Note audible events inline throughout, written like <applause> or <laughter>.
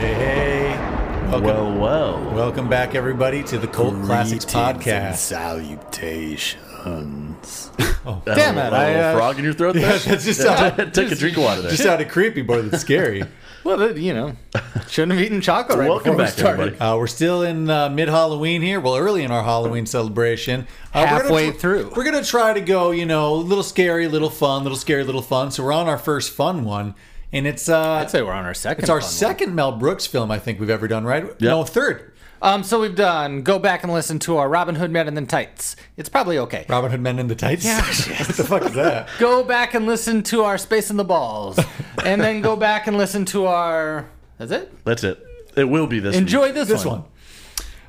Hey, hey. Welcome, Well, well. welcome back, everybody, to the Cult Classics Greetings and Podcast. <laughs> Salutations. Oh, That damn it. little- that I, little uh, frog in your throat. there? <laughs> that's just- <laughs> take a drink of water there. just sounded creepy more than scary. Well, that- you know, shouldn't have eaten chocolate right Welcome before we back, started. everybody. Uh, we're still in uh, mid Halloween here. Well, early in our Halloween celebration. Uh, we're Halfway gonna tr- through. We're going to try to go, you know, little scary, little fun, little scary, little fun. So we're on our first fun one. And it's uh, I'd say we're on our second. it's our fun one. second Mel Brooks film I think we've ever done, right? No, third. Um, so we've done. Go back and listen to our Robin Hood Men in the Tights. It's probably okay. Robin Hood Men in the Tights. <laughs> what the fuck is that? Go back and listen to our Space in the Balls, and then go back and listen to our. That's it. That's it. It will be this. Enjoy this, this one.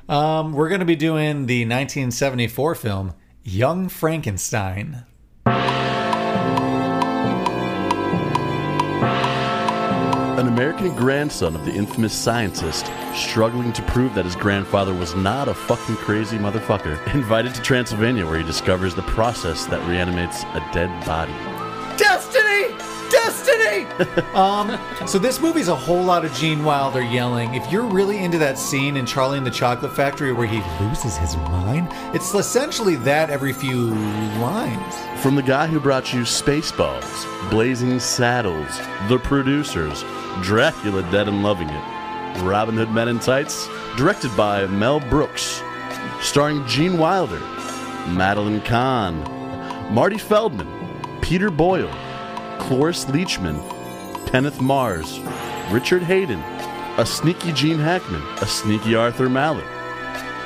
Um, we're going to be doing the 1974 film Young Frankenstein. Week. An American grandson of the infamous scientist, struggling to prove that his grandfather was not a fucking crazy motherfucker, <laughs> invited to Transylvania where he discovers the process that reanimates a dead body. Destiny, Destiny. So this movie's a whole lot of Gene Wilder yelling. If you're really into that scene in Charlie and the Chocolate Factory where he loses his mind, it's essentially that every few lines. From the guy who brought you Spaceballs, Blazing Saddles, The Producers, Dracula Dead and Loving It, Robin Hood Men in Tights, directed by Mel Brooks, starring Gene Wilder, Madeline Kahn, Marty Feldman, Peter Boyle, Cloris Leachman, Kenneth Mars, Richard Hayden, a sneaky Gene Hackman, a sneaky Arthur Mallet.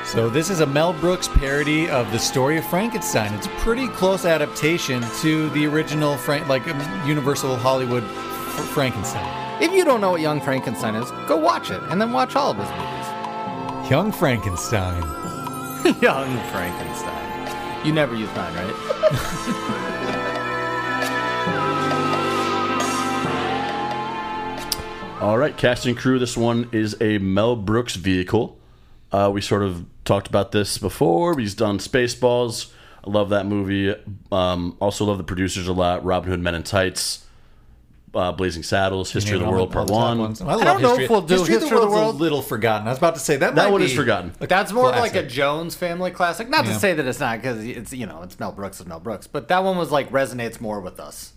So this is a Mel Brooks parody of the story of Frankenstein. It's a pretty close adaptation to the original Frank, like um, Universal Hollywood F- Frankenstein. If you don't know what Young Frankenstein is, go watch it, and then watch all of his movies. Young Frankenstein. Young Frankenstein. You never used mine, right? All right, cast and crew. This one is a Mel Brooks vehicle. Uh, we sort of talked about this before. He's done Spaceballs. I love that movie. Um, also love the producers a lot. Robin Hood, Men in Tights, uh, Blazing Saddles, History of the World Part One. love don't know history. if we'll do history, History of the World's a little forgotten. I was about to say that. That might one be is forgotten. That's more of like a classic. Jones family classic. Not Yeah. to say that it's not, because it's you know it's Mel Brooks is Mel Brooks, but that one was like resonates more with us.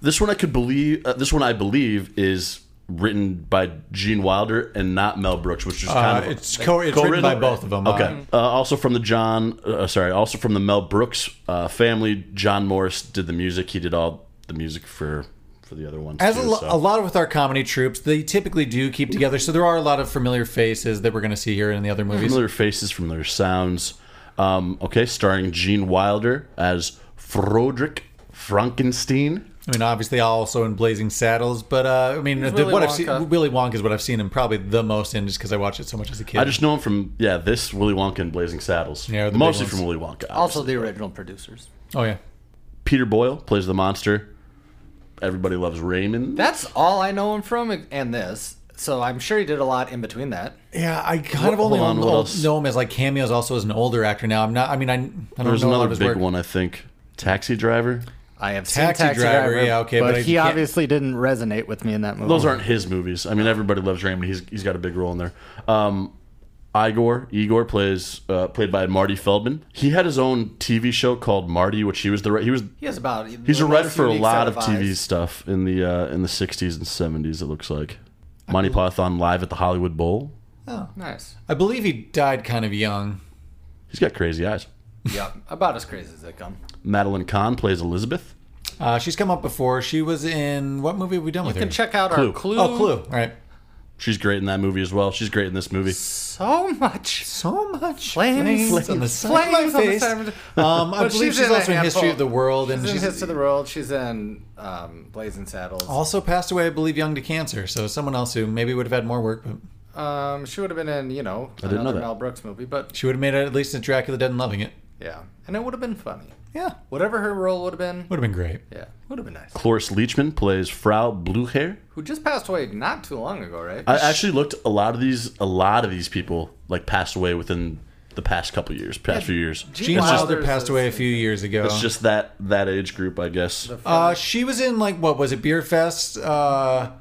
This one I could believe. Uh, this one I believe is written by Gene Wilder and not Mel Brooks, which is Uh, kind of it's co- it's written by both of them. Okay. Uh, also from the John, uh, sorry, also from the Mel Brooks uh, family. John Morris did the music. He did all the music for for the other ones. As a, too, lo- so. a lot with our comedy troops, they typically do keep together. So there are a lot of familiar faces that we're going to see here in the other movies. familiar faces, familiar sounds. Um, okay, starring Gene Wilder as Frodrick Frankenstein. I mean, obviously, also in Blazing Saddles, but uh, I mean, the, Willy what I've Wonka. seen, Willy Wonka is what I've seen him probably the most in, just because I watched it so much as a kid. I just know him from yeah, this Willy Wonka and Blazing Saddles. Yeah, the big mostly ones. from Willy Wonka. Also, the original producers. oh yeah, Peter Boyle plays the monster. Everybody loves Raymond. That's all I know him from, and this. So I'm sure he did a lot in between that. yeah. I kind of only hold on, know- what else? know him as like cameos, also as an older actor. Now I'm not. I mean, I, I don't There's know a lot of another his big work. one, I think. Taxi Driver. I have Taxi seen Taxi Driver, Driver, yeah, okay, but, but I he can't- obviously didn't resonate with me in that movie. Those aren't his movies. I mean, everybody loves Raymond. He's he's got a big role in there. Um, Igor Igor plays uh, played by Marty Feldman. He had his own TV show called Marty, which he was the ri- he was He has about. he's a writer for a lot of TV TVs. stuff in the uh, in the '60s and '70s. It looks like Monty Python live at the Hollywood Bowl. Nice. I believe he died kind of young. He's got crazy eyes. Yeah, about as crazy as they come. Madeline Kahn plays Elizabeth. Uh, she's come up before. She was in what movie have we done with You can her? check out Clue. our Clue. Oh, Clue. All right. She's great in that movie as well. She's great in this movie. So much. So much Flames. on the Flames. side of my Flames on the face. side of um, I But believe she's, in a also in History handful. of the World, and she's she's in History of the World. She's in um, Blazing Saddles. also passed away, I believe, young to cancer. So someone else who maybe would have had more work, but Um, she would have been in, you know, didn't know another that. Mel Brooks movie, but she would have made it at least in Dracula Dead and Loving It. yeah, and it would have been funny. Yeah, Whatever her role would have been, would have been great. yeah, would have been nice. Cloris Leachman plays Frau Bluehair. Who just passed away not too long ago, right? I actually looked a lot of these a lot of these people like passed away within the past couple years, past few years. Gene It's just- Wilder passed away a few years ago. It's just that that age group, I guess. uh, she was in like what was it Beer Fest? Uh,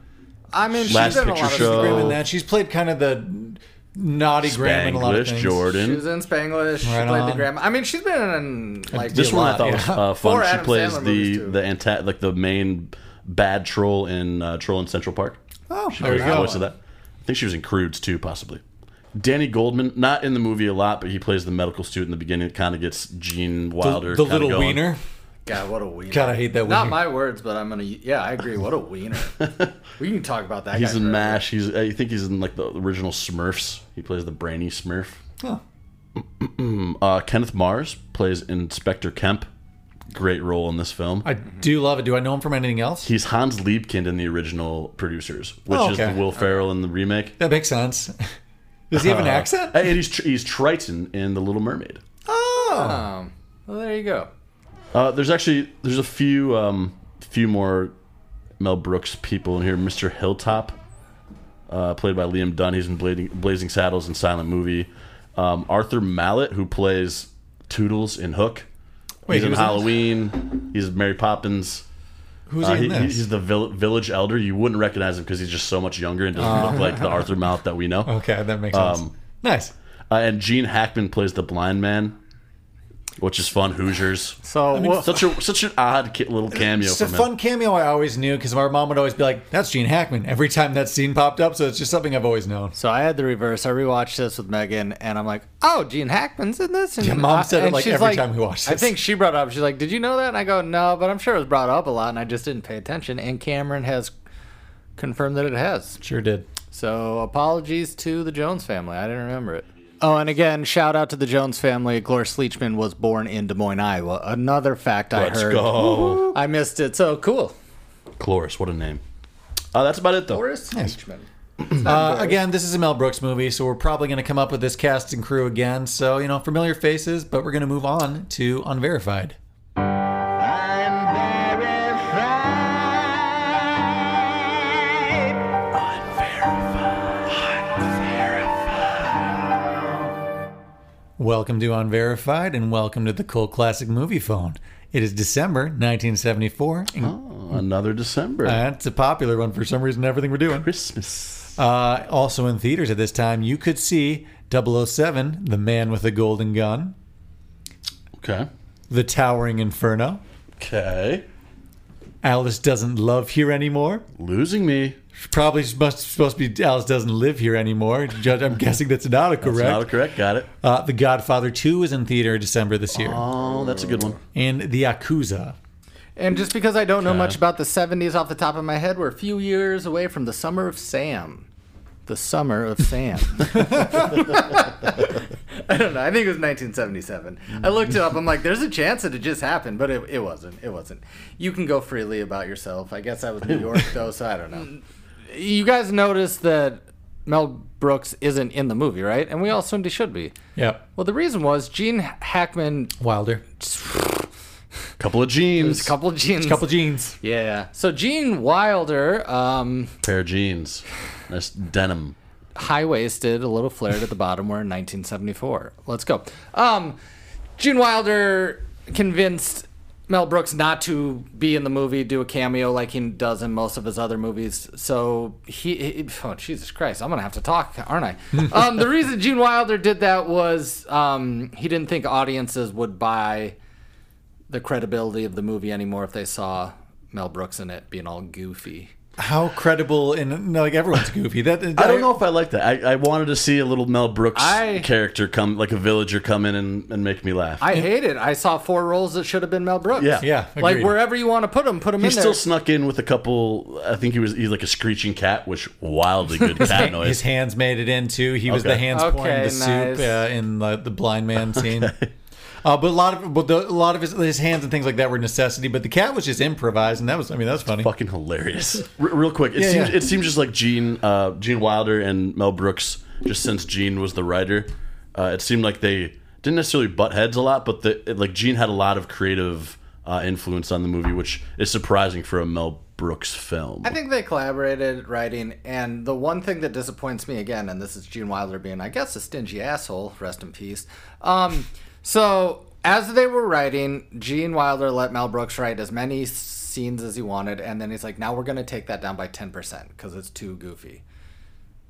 I mean, Last she's in a Picture lot of Show. Graham Oh. and that. She's played kind of the naughty Graham in a lot of Spanglish things. Jordan. She was in Spanglish. She Right played the on. grandma. I mean, she's been in like This a one I lot, thought yeah. was uh, Four fun. She Adam plays Sandler the movies, too. the anta- like the main bad troll in uh, Troll in Central Park. Oh, She there plays you the go. voice of that. I think she was in Crudes too, possibly. Danny Goldman, not in the movie a lot, but he plays the medical student in the beginning. It kind of gets Gene Wilder, the kinda little going. wiener. God, what a wiener. God, I hate that Not wiener. my words, but I'm gonna. Yeah, I agree. What a <laughs> wiener. we can talk about that. He's guy in forever. Mash. He's I think he's in like the original Smurfs. He plays the brainy Smurf. Huh. <clears throat> Uh, Kenneth Mars plays Inspector Kemp. Great role in this film. I do love it. Do I know him from anything else? He's Hans Liebkind in the original Producers, which Oh, is okay. the Will Ferrell in the remake. That makes sense. <laughs> Does he have an accent? Uh, and he's, he's Triton in The Little Mermaid. Oh, Um, well, there you go. Uh, there's actually there's a few um, few more Mel Brooks people in here. Mr. Hilltop, uh, played by Liam Dunn, he's in Blazing, Blazing Saddles and Silent Movie. Um, Arthur Mallet, who plays Toodles in Hook, Wait, he's he was in in this? Halloween. He's Mary Poppins. who's Uh, he he, in this? he's the vill- village elder. You wouldn't recognize him because he's just so much younger and Ah. doesn't look like the Arthur Mallet that we know. okay, that makes sense. um, Nice. Uh, and Gene Hackman plays the blind man, which is fun. Hoosiers. So what, Such a such an odd ki- little cameo It's a from him. fun cameo I always knew because my mom would always be like, "That's Gene Hackman." Every time that scene popped up, so it's just something I've always known. So I had the reverse. I rewatched this with Megan, and I'm like, "Oh, Gene Hackman's in this." And Yeah, Mom I- said it, and like, she's every time we watched I this. think she brought up. She's like, "Did you know that?" And I go, "No," but I'm sure it was brought up a lot, and I just didn't pay attention. And Cameron has confirmed that it has. Sure did. So apologies to the Jones family. I didn't remember it. Oh, and again, shout out to the Jones family. Gloria Leachman was born in Des Moines, Iowa. Another fact I Let's heard. go, I missed it. So cool. Cloris. What a name. Uh, that's about it though. Gloris Leachman. Uh, again, this is a Mel Brooks movie, so we're probably going to come up with this cast and crew again. So you know, familiar faces, but we're going to move on to Unverified. Welcome to Unverified and welcome to the cult classic movie phone. It is December 1974. And Oh, another December. Uh, That's a popular one for some reason, everything we're doing. Christmas. Uh, also in theaters at this time, you could see 007, The Man with the Golden Gun, Okay. The Towering Inferno, Okay. Alice Doesn't Love Here Anymore. Losing me. Probably must, supposed to be Alice Doesn't Live Here Anymore. Judge, I'm guessing that's not a correct. That's not correct. Got it. uh, the Godfather 2 is in theater December this year. Oh, that's a good one. And The Yakuza. And just because I don't know much about the 70s off the top of my head, we're a few years away from the summer of Sam. The summer of Sam. <laughs> I don't know. I think it was 1977. I looked it up. I'm like, there's a chance that it just happened, but it, it wasn't. It wasn't. You can go freely about yourself. I guess I was New York, though, so I don't know. You guys noticed that Mel Brooks isn't in the movie, right? And we all assumed he should be. Yep. Well, the reason was Gene Hackman, Wilder. Couple of jeans. a couple of genes. Couple jeans. Yeah. So Gene Wilder, um, Pair of jeans. Nice denim. high waisted, a little flared at the bottom, we're in 1974. Let's go. Um, Gene Wilder convinced Mel Brooks not to be in the movie, do a cameo like he does in most of his other movies. So he, he- oh Jesus Christ, I'm gonna have to talk, aren't I? um, the reason Gene Wilder did that was um, he didn't think audiences would buy the credibility of the movie anymore if they saw Mel Brooks in it being all goofy. How credible and like everyone's goofy. That I don't know if I like that. I, I wanted to see a little Mel Brooks I- character come, like a villager come in and, and make me laugh. I hate it. I saw four roles that should have been Mel Brooks. Yeah. Yeah, like agreed. wherever you want to put them, put them He in still there. snuck in with a couple. I think he was he's like a screeching cat, which wildly <laughs> good cat His noise. hands made it in too. He was Okay. the hands Okay, pouring the nice. soup uh, in the, the blind man scene. Uh, but a lot of but the, a lot of his, his hands and things like that were necessity. But the cat was just improvised, and that was I mean that was funny. Fucking <laughs> hilarious. R- real quick, it Yeah, seems yeah. it seems just like Gene uh, Gene Wilder and Mel Brooks. Just since Gene was the writer, uh, it seemed like they didn't necessarily butt heads a lot, but the it, like Gene had a lot of creative uh, influence on the movie, which is surprising for a Mel Brooks film. I think they collaborated writing, and the one thing that disappoints me again, and this is Gene Wilder being, I guess, a stingy asshole. Rest in peace. Um, so as they were writing, Gene Wilder let Mel Brooks write as many s- scenes as he wanted, and then he's like, now we're gonna take that down by ten percent because it's too goofy.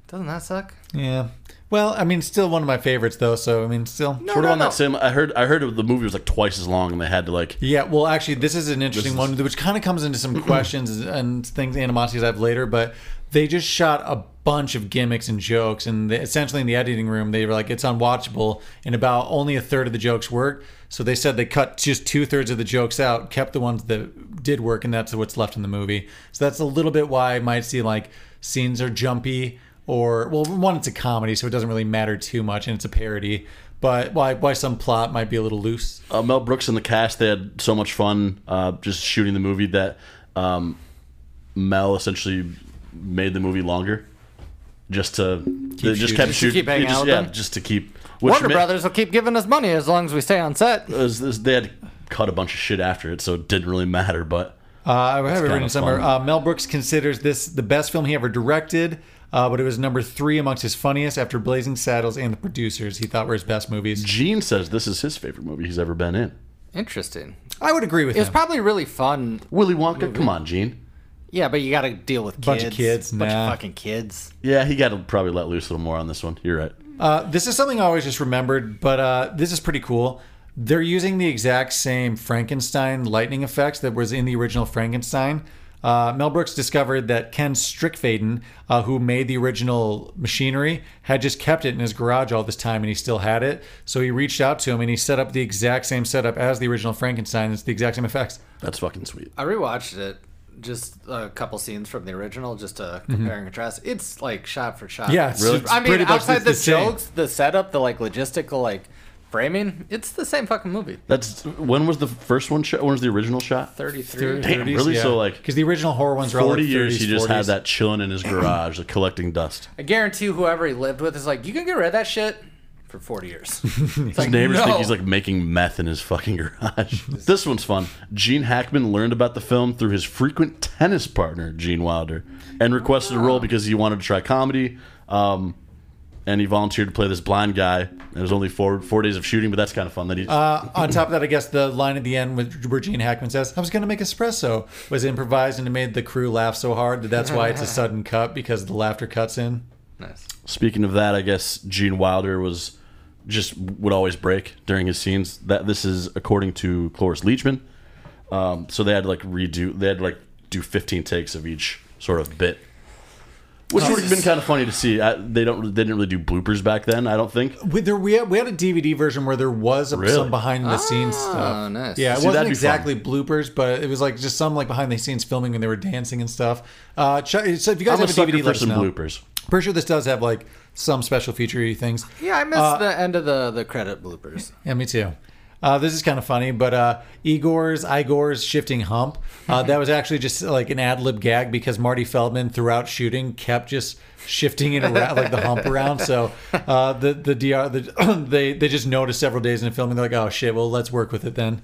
Doesn't that suck? Yeah. Well, I mean, still one of my favorites though. So I mean, still. No, Sort of no, on no. that same. I heard. I heard the movie was like twice as long, and they had to like. Yeah, well, actually, this is an interesting is- one, which kind of comes into <clears throat> some questions and things, animosities I have later, but they just shot a bunch of gimmicks and jokes, and they, essentially in the editing room, they were like, it's unwatchable, and about only a third of the jokes worked. So they said they cut just two thirds of the jokes out, kept the ones that did work, and that's what's left in the movie. So that's a little bit why I might see like scenes are jumpy, or, well, one, it's a comedy, so it doesn't really matter too much, and it's a parody. But why, why some plot might be a little loose. uh, Mel Brooks and the cast they had so much fun uh, just shooting the movie that um, Mel essentially made the movie longer, just to they just shooting. Just kept to shooting. keep hanging just, out with yeah, them? just to keep. Which Warner ma- Brothers will keep giving us money as long as we stay on set. was- this- they had cut a bunch of shit after it, so it didn't really matter. But Uh, I have it written kinda somewhere. fun. Uh, Mel Brooks considers this the best film he ever directed, uh, but it was number three amongst his funniest after Blazing Saddles and The Producers. He thought were his best movies. Gene says this is his favorite movie he's ever been in. Interesting. I would agree with It was him. probably really fun. Willy Wonka, come on, Gene. Yeah, but you got to deal with kids. Bunch of kids, bunch nah. of fucking kids. Yeah, he got to probably let loose a little more on this one. You're right. Uh, this is something I always just remembered, but uh, this is pretty cool. They're using the exact same Frankenstein lightning effects that was in the original Frankenstein. Uh, Mel Brooks discovered that Ken Strickfaden, uh, who made the original machinery, had just kept it in his garage all this time and he still had it. So he reached out to him and he set up the exact same setup as the original Frankenstein. It's the exact same effects. That's fucking sweet. I rewatched it. Just a couple scenes from the original, just to compare and contrast. It's like shot for shot. Mm-hmm. Yeah, it's Really? I mean, pretty much outside the the, same. jokes, the setup, the like logistical like framing, it's the same fucking movie. That's when was the first one shot? When was the original shot? Thirty-three. Damn, really? So, like, because the original horror ones were all like, Forty years 30s, he just had 40s. that chilling in his garage, like, collecting dust. I guarantee whoever he lived with is like, you can get rid of that shit for forty years. <laughs> It's His like, neighbors no. think he's like making meth in his fucking <laughs> garage. this one's fun. Gene Hackman learned about the film through his frequent tennis partner, Gene Wilder, and requested a role because he wanted to try comedy. Um, and he volunteered to play this blind guy. It was only four four days of shooting, but that's kind of fun. That he Uh, on top of that, I guess the line at the end with, where Gene Hackman says, I was going to make espresso, was improvised and it made the crew laugh so hard that that's why it's a sudden cut because the laughter cuts in. Nice. Speaking of that, I guess Gene Wilder was just would always break during his scenes. That this is according to Cloris Leachman. Um, so they had to like redo. They had to like do 15 takes of each sort of bit, which would have been kind of funny to see. I, they don't. They didn't really do bloopers back then. I don't think. We, there, we, had, we had a DVD version where there was a, Really? some behind the scenes Oh, stuff. nice. Yeah, it See, wasn't that'd be exactly bloopers, but it was like just some like behind the scenes filming when they were dancing and stuff. Uh, Ch- so if you guys I'm have a a sucker DVD, for let us some know. bloopers. Pretty sure this does have like some special featurey things. Yeah, I missed Uh, the end of the the credit bloopers. Yeah, me too. Uh, this is kind of funny, but uh, Igor's Igor's shifting hump. Uh, that was actually just like an ad lib gag because Marty Feldman throughout shooting kept just shifting it around, like the hump around. So uh, the the dr the, <clears throat> they they just noticed several days in filming. They're like, oh shit, well let's work with it then.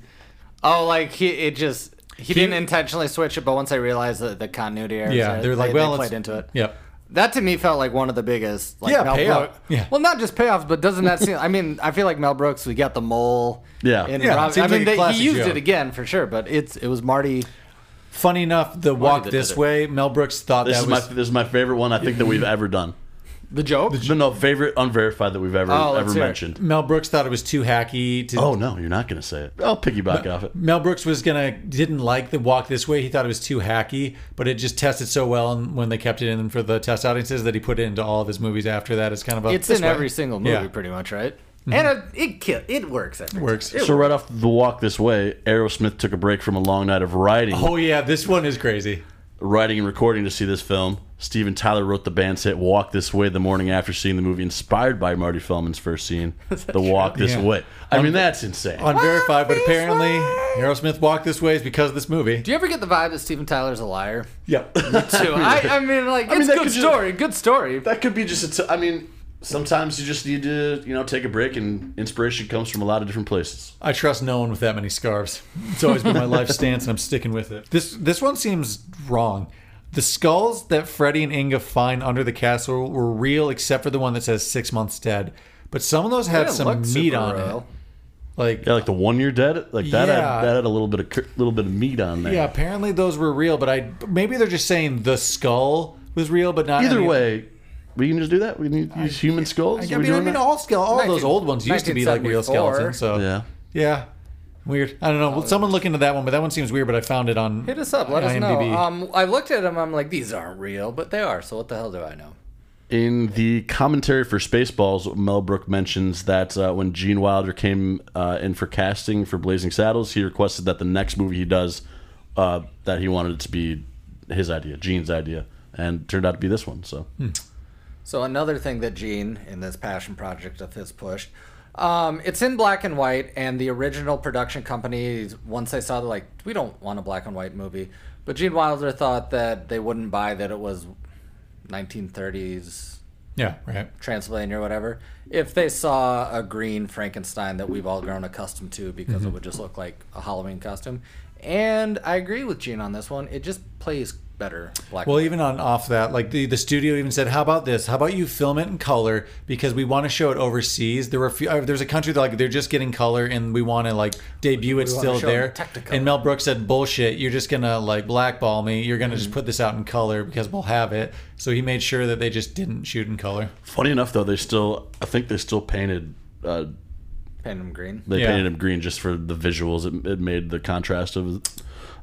Oh, like he it just he, didn't intentionally switch it, but once I realized that the continuity errors, Yeah, uh, they were like, they, well, they let's- played into it. Yep. That to me felt like one of the biggest. Like Yeah, Mel payoff. Brooks- Yeah. Well, not just payoffs, but doesn't that seem? I mean, I feel like Mel Brooks. We got the mole. Yeah. And Yeah, Rob, seems I mean, like a they, classic he used joke. it again for sure, but it's it was Marty. Funny enough, the walk that did this it. way. Mel Brooks thought This that is was my this is my favorite one. I think that we've ever done. The joke. No, no, favorite unverified that we've ever Oh, let's ever hear it. mentioned. Mel Brooks thought it was too hacky to Oh no, you're not gonna say it. I'll piggyback off it. Mel Brooks was gonna didn't like the walk this way. He thought it was too hacky, but it just tested so well, and when they kept it in for the test audiences, that he put it into all of his movies after that. It's kind of a it's this in way. every single movie, Yeah. Mm-hmm. pretty much, right? And it it, kill, it works every works. Time. It So right off the walk this way, Aerosmith took a break from a long night of writing. Oh yeah, this one is crazy. writing and recording to see this film. Steven Tyler wrote the band's hit Walk This Way the morning after seeing the movie, inspired by Marty Feldman's first <laughs> scene, The Walk This Yeah. Way. I mean, that's insane. Unverified, but apparently Aerosmith walked this way is because of this movie. Do you ever get the vibe that Steven Tyler's <laughs> a liar? Yep. Too. I, I mean, like it's mean, that a good could just- story. good story. that could be just a. T- I mean, sometimes you just need to, you know, take a break, and inspiration comes from a lot of different places. I trust no one with that many scarves. It's always been my <laughs> life stance, and I'm sticking with it. This this one seems wrong. The skulls that Freddy and Inga find under the castle were real, except for the one that says six months dead. But some of those had Didn't some look meat super on it. royal. Like Yeah, like the one year dead, like that Yeah. had that had a little bit of cur- little bit of meat on there. Yeah, apparently those were real, but I maybe they're just saying the skull was real, but not Either any- way, we can just do that. We can use human skulls. I Are mean, we I doing mean that? all skull, all those 19- old ones used to be like real 1974. skeletons. So yeah. yeah, weird. I don't know. Well, someone look into that one, but that one seems weird. But I found it on Oh, Hit us up. Let us IMDb. know. Um, I looked at them. I'm like, these aren't real, but they are. So what the hell do I know? In the commentary for Spaceballs, Mel Brook mentions that uh, when Gene Wilder came uh, in for casting for Blazing Saddles, he requested that the next movie he does, uh, that he wanted it to be his idea, Gene's idea, and it turned out to be this one. So Hmm. So another thing that Gene, in this passion project of his, pushed. Um, it's in black and white, and the original production company, once they saw, they're like, we don't want a black and white movie. But Gene Wilder thought that they wouldn't buy that it was 1930s yeah, right. Transylvania or whatever, if they saw a green Frankenstein that we've all grown accustomed to because it would just look like a Halloween costume. And I agree with Gene on this one. It just plays better black. Well, and even on off that, like the, the studio even said, "How about this? How about you film it in color because we want to show it overseas." There were a few, uh, there's a country that like they're just getting color and we want to like debut it wanna still show it in there. Technicolor. And Mel Brooks said, "Bullshit! You're just gonna like blackball me. You're gonna Mm-hmm. just put this out in color because we'll have it." So he made sure that they just didn't shoot in color. funny enough, though, they still, I think they still painted. Uh, white. Paint 'em green. they Yeah. painted him green just for the visuals. It, it made the contrast of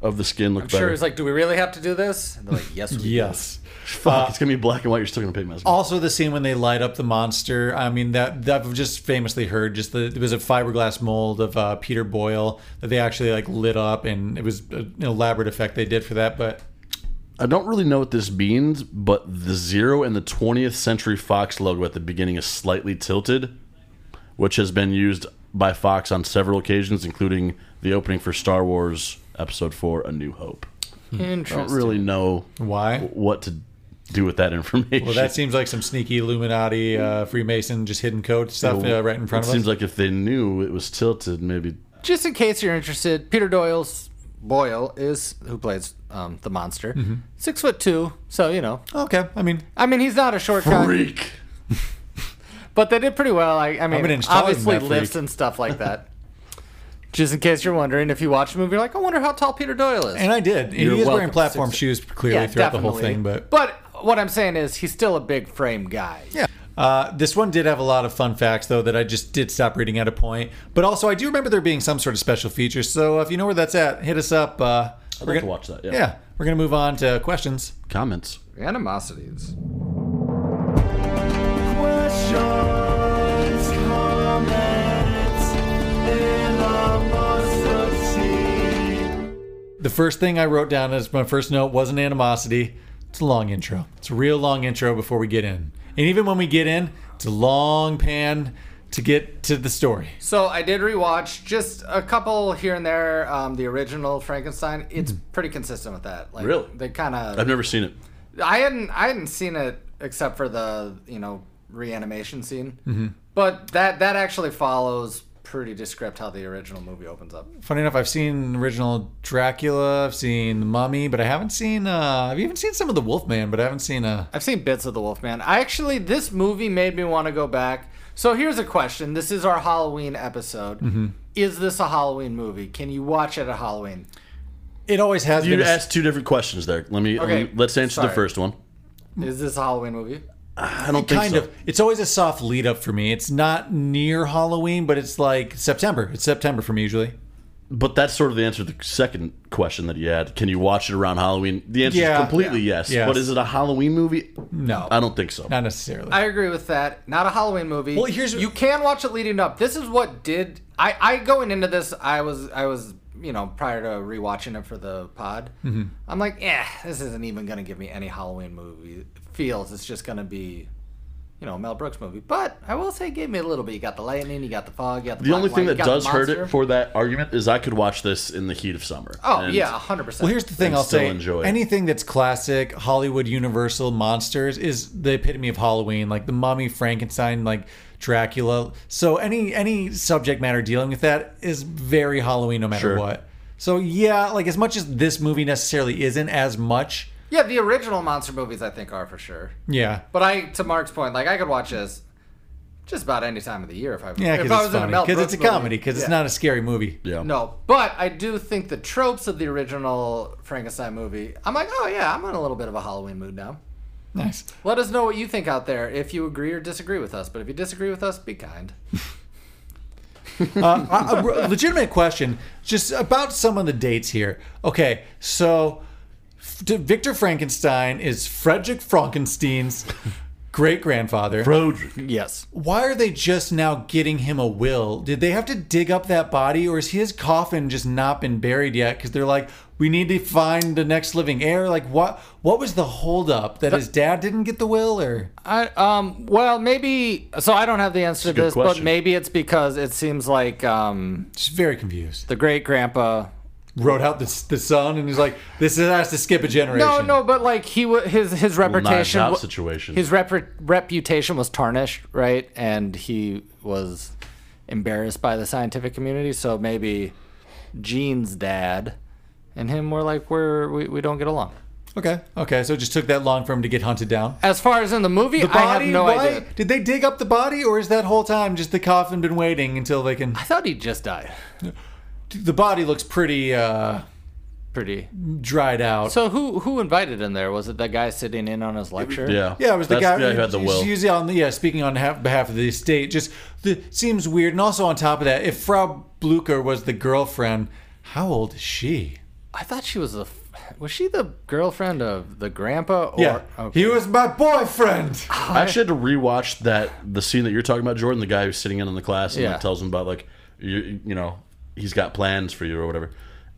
of the skin look better. Sure, he's like, do we really have to do this? And they're like, yes, we do." Yes. uh, Fuck, it's gonna be black and white. You're still gonna paint my skin. Also, the scene when they light up the monster. I mean, that, that I've just famously heard. Just the, it was a fiberglass mold of uh, Peter Boyle that they actually like lit up, and it was an elaborate effect they did for that. But I don't really know what this means, but the zero and the 20th Century Fox logo at the beginning is slightly tilted, which has been used by Fox on several occasions, including the opening for Star Wars Episode 4 A New Hope. I don't Interesting. really know why? what to do with that information. Well, that seems like some sneaky Illuminati, uh, Freemason, just hidden code stuff uh, right in front it of us. seems like if they knew it was tilted, maybe. Just in case you're interested, Peter Doyle's Boyle is who plays um, the monster. Six foot two, so you know. okay, I mean, I mean, he's not a short guy. Freak! But they did pretty well. I, I mean, an inch taller than obviously that freak. lifts and stuff like that. Just in case you're wondering, if you watch the movie, you're like, I wonder how tall Peter Doyle is. and I did. He You're is wearing welcome. platform Six- shoes clearly throughout the whole definitely. thing, but what I'm saying is, he's still a big frame guy. Yeah. Uh, this one did have a lot of fun facts, though, that I just did stop reading at a point. But also, I do remember there being some sort of special feature. So if you know where that's at, hit us up. Uh, we're I'd like gonna to watch that. Yeah. Yeah, we're gonna move on to questions. Comments. Animosities. The first thing I wrote down as my first note wasn't animosity. It's a long intro. It's a real long intro before we get in, and even when we get in, it's a long pan to get to the story. So I did rewatch just a couple here and there. Um, the original Frankenstein. It's Hmm. pretty consistent with that. Like, Really? They kind of. I've never seen it. I hadn't I hadn't seen it except for the you know reanimation scene, Mm-hmm. but that that actually follows pretty descript how the original movie opens up. Funny enough, I've seen the original Dracula, I've seen The Mummy, but I haven't seen. Uh, I've even seen some of the Wolfman, but I haven't seen. Uh, I've seen bits of the Wolfman. I actually this movie made me want to go back. So here's a question: This is our Halloween episode. Is this a Halloween movie? Can you watch it at Halloween? it always has You been. a- asked two different questions there. Let me, Okay, let me let's answer the sorry. first one. Is this a Halloween movie? I don't think kind so. of it's always a soft lead up for me it's not near halloween but it's like september it's september for me usually But that's sort of the answer to the second question that you had. Can you watch it around Halloween? The answer Yeah. is completely Yeah. yes. Yes. But is it a Halloween movie? no I don't think so. not necessarily Um, I agree with that. Not a Halloween movie. Well, here's- you can watch it leading up. This is what did I, I going into this. I was I was you know prior to rewatching it for the pod. Mm-hmm. I'm like, eh, this isn't even gonna give me any Halloween movie feels. It's just gonna be. You know, Mel Brooks movie, but I will say, it gave me a little bit. You got the lightning, you got the fog, you got the. the black only thing light, that you got the does hurt monster. it for that argument is I could watch this in the heat of summer. Oh And yeah, hundred percent. well here's the thing and i'll still say enjoy it. anything that's classic hollywood universal monsters is the epitome of halloween like the mummy frankenstein like dracula so any any subject matter dealing with that is very halloween no matter Sure. what so yeah like as much as this movie necessarily isn't as much yeah, the original monster movies I think are for sure. yeah But I, to Mark's point, like I could watch this just about any time of the year if I Yeah, if because I it's in a funny. Mel Because it's a Brooks movie. comedy. Because Yeah. it's not a scary movie. Yeah. No, but I do think the tropes of the original Frankenstein movie. I'm like, oh yeah, I'm in a little bit of a Halloween mood now. Nice. Let us know what you think out there if you agree or disagree with us. But if you disagree with us, be kind. uh, I- I- re- legitimate question, just about some of the dates here. Okay, so F- Victor Frankenstein is Frederick Frankenstein's great grandfather. Broderick. Yes. Why are they just now getting him a will? Did they have to dig up that body, or is his coffin just not been buried yet? Because they're like, we need to find the next living heir. Like, what? What was the holdup that his dad didn't get the will, or I um well maybe so I don't have the answer to good this, but question. maybe it's because it seems like um just very confused. the great grandpa Wrote out the, the son, and he's like, this is, has to skip a generation. No, no, but like he wa his his reputation out wa- situation. His rep- reputation was tarnished, right? And he was embarrassed by the scientific community. So maybe Gene's dad and him were like, we're we, we don't get along. Okay. Okay. So it just took that long for him to get hunted down. As far as in the movie, I have no idea. Did they dig up the body, or is that whole time just the coffin been waiting until they can? I thought he just died. The body looks pretty uh, Pretty. dried out. So who who invited him there? Was it that guy sitting in on his lecture? Yeah. yeah, it was the That's guy the who had the he's will. Usually on the yeah, speaking on half, behalf of the estate. Just the seems weird. And also on top of that, if Frau Blucher was the girlfriend, how old is she? I thought she was the. f- Was she the girlfriend of the grandpa? Or, Yeah, Okay. he was my boyfriend. I actually had to rewatch that the scene that you're talking about, Jordan, the guy who's sitting in on the class and Yeah. like, tells him about like you, you know he's got plans for you or whatever.